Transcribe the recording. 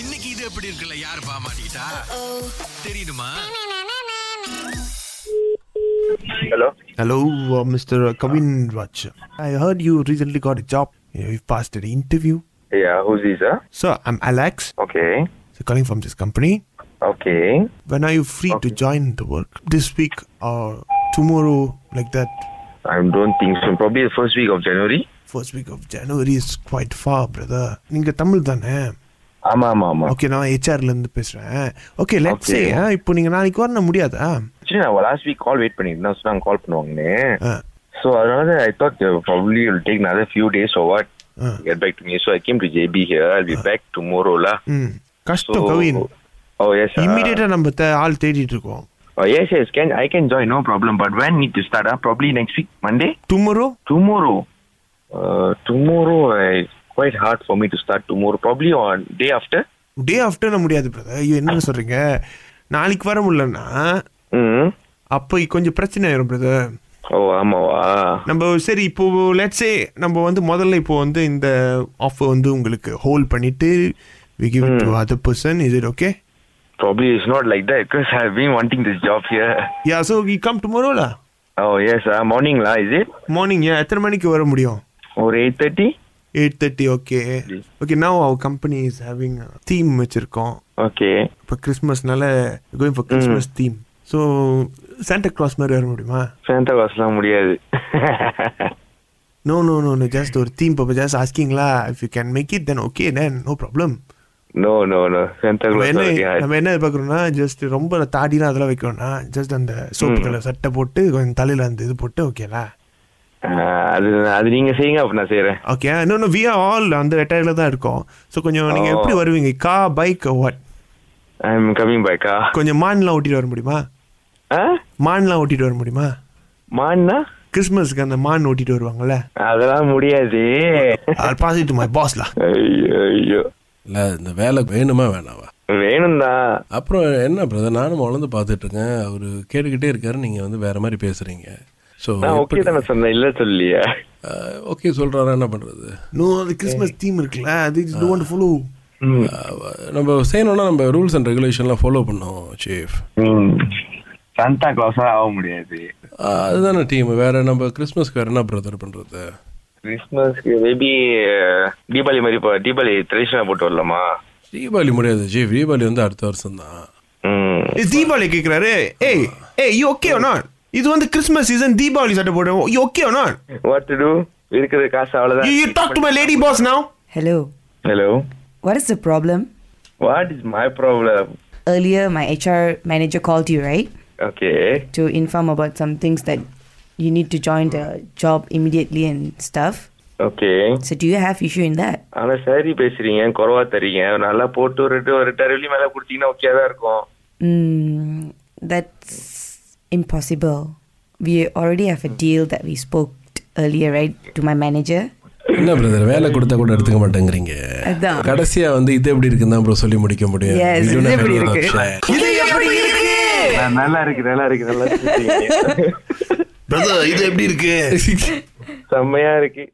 இன்னைக்கு இது எப்படி இருக்குல்ல யார் பாமாட்டா தெரியுமா Hello. Hello, uh, Mr. Kavin Raj. I heard you recently got a job. Yeah, You've passed an interview. Yeah, who's this? Huh? Sir, I'm Alex. Okay. So calling from this company. Okay. When are you free to join the work? This week or tomorrow, like that? I don't think so. Probably the first week of January. First week of January is quite far, brother. நீங்க தமிழ் தானே ஆமா ஆமா ஆமா okay நான் ஹெச்ஆர்ல இருந்து பேசுறேன் okay let's say Okay. இப்போ நீங்க நாளைக்கு வர முடியாதா ஆக்சுவலி நான் லாஸ்ட் வீக் கால் வெயிட் பண்ணிருந்தேன் சொன்னாங்க கால் பண்ணுவாங்கன்னு ஆ, ஸோ அதனால uh, I thought probably will take another few days or what ah. get back to me so i came to jb here i'll be back tomorrow la ம் so கஷ்டம் Kavin oh yes sir. இம்மிடியேட்டா நம்ம தே- ஆள் தேடிட்டு இருக்கோம் oh yes yes can i can join no problem but when need to start huh? probably next week monday tomorrow tomorrow uh, tomorrow I, quite hard for me to start tomorrow probably on day after day after முடியாது brother ஐயோ என்னன்னு சொல்றீங்க நாளைக்கு வர முடியலன்னா ம் அப்போ கொஞ்சம் பிரச்சனை ஆயிரும் பிரதர் ஓ ஆமாவா நம்ம சரி இப்போ லெட்ஸே நம்ம வந்து முதல்ல இப்போ வந்து இந்த ஆஃபர் வந்து உங்களுக்கு ஹோல்ட் பண்ணிட்டு we give to other person is it okay Probably it's not like that because I've been wanting this job here. Yeah so we come டுமாரோலா Oh yes, uh, morning lah, is it? Morning ஏன் எத்தனை மணிக்கு வர முடியும் Or eight thirty? Eight thirty okay okay now our company is having theme வச்சுருக்கோம் Okay. இப்போ கிறிஸ்மஸ்னால going for Christmas theme so Santa Claus மாதிரி வர முடியுமா Santa Claus lah முடியாது. No no no no just ஒரு தீம் பர்பஸ் ஜஸ்ட் ஆஸ்கிங்லா if you can make it then okay then no problem no no no, Santa நம்ம Claus என்ன lah முடியாது. நம்ம என்ன எதிர்பார்க்குறோம்னா ஜஸ்ட் ரொம்ப தாடிலாம் அதெல்லாம் வைக்கணும்னா ஜஸ்ட் அந்த சோப்பு கலர் சட்டை போட்டு கொஞ்சம் தலையில் அந்த இது போட்டு ஓகேலா ஆஹ், Uh, அது அது நீங்க செய்யுங்க அப்ப நான் செய்யறேன். ஓகே இன்னொன்று வி ஆர் ஆல் அந்த ரிட்டையர்ல தான் இருக்கோம் ஸோ கொஞ்சம் நீங்கள் எப்படி வருவீங்க கா bike what I'm coming back. ah. கொஞ்சம் மான்லாம் ஓட்டிட்டு வர முடியுமா ஆஹ்? மான்லாம் ஓட்டிட்டு வர முடியுமா மான்னா? கிறிஸ்மஸ்க்கு அந்த மான் ஓட்டிட்டு வருவாங்கல்ல அதெல்லாம் முடியாது. பாசிட்டு மை பாஸ்லா ஐயோ ஐயோ. இல்ல இந்த வேலை வேணுமா வேணாவா வேணும்தான். அப்புறம் என்ன பிரதர் நானும் உழந்து பார்த்துட்டு இருக்கேன் அவரு கேட்டுக்கிட்டே இருக்காரு நீங்க வந்து வேற மாதிரி பேசுறீங்க ஸோ நான் okay தானே சொன்னேன், இல்ல சொல்லலையா? ஓகே சொல்றாரா என்ன பண்றது நோ அது கிறிஸ்மஸ் தீம் இருக்குல்ல அது டோன்ட் ஃபாலோ ம், அஹ், நம்ம செய்யணும்னா நம்ம ரூல்ஸ் அண்ட் ரெகுலேஷன்லாம் ஃபாலோ பண்ணோம் சீஃப் ம். Santa Claus ஆ ஆக முடியாது. அதுதானே டீம் வேற நம்ம கிறிஸ்மஸ்க்கு வேற என்ன பிரதர் பண்றது கிறிஸ்மஸ்க்கு மேபி தீபாவளி மாதிரி இப்போ தீபாவளி ட்ரெடிஷனாக போட்டு வரலாமா தீபாவளி முடியாது சீஃப் தீபாவளி வந்து அடுத்த வருஷம் தான் ம் ஏய், தீபாவளி கேக்குறாரு ஏய் ஏய் யூ ஓகே நான் இது வந்து கிறிஸ்மஸ் சீசன் தீபாவளி சட்டை போடுறோம் யூ ஓகே நான் வாட் டு டூ இருக்கிற காசு you you talk to my அவ்வளோதான் lady boss now Hello. Hello What is the problem? What is my problem Earlier, my HR manager called you, right? Okay To inform about some things that you need to join the job immediately and stuff. Okay So, do you have issue in that? ஆனா சரி பேசுறீங்க குறவா தரீங்க நல்லா போட்டு ஒரு ரெண்டு ஒரு டரலி மேல கொடுத்தீங்கன்னா ஓகே தான் இருக்கும் Mm, that's impossible. We already have a deal that we spoke earlier, right? To my manager. என்ன பிரதர் வேலை கொடுத்தா கூட எடுத்துக்க மாட்டேங்கிறீங்க அதான். கடைசியா வந்து இது எப்படி இருக்குன்னு தான் bro சொல்லி முடிக்க முடியும் Yes, We do இது not எப்படி have இருக்கு? another option. நான் நல்லா இருக்கு நல்லா இருக்கு நல்லா இருக்கு பிரதர் இது எப்படி இருக்கு செம்மையா இருக்கு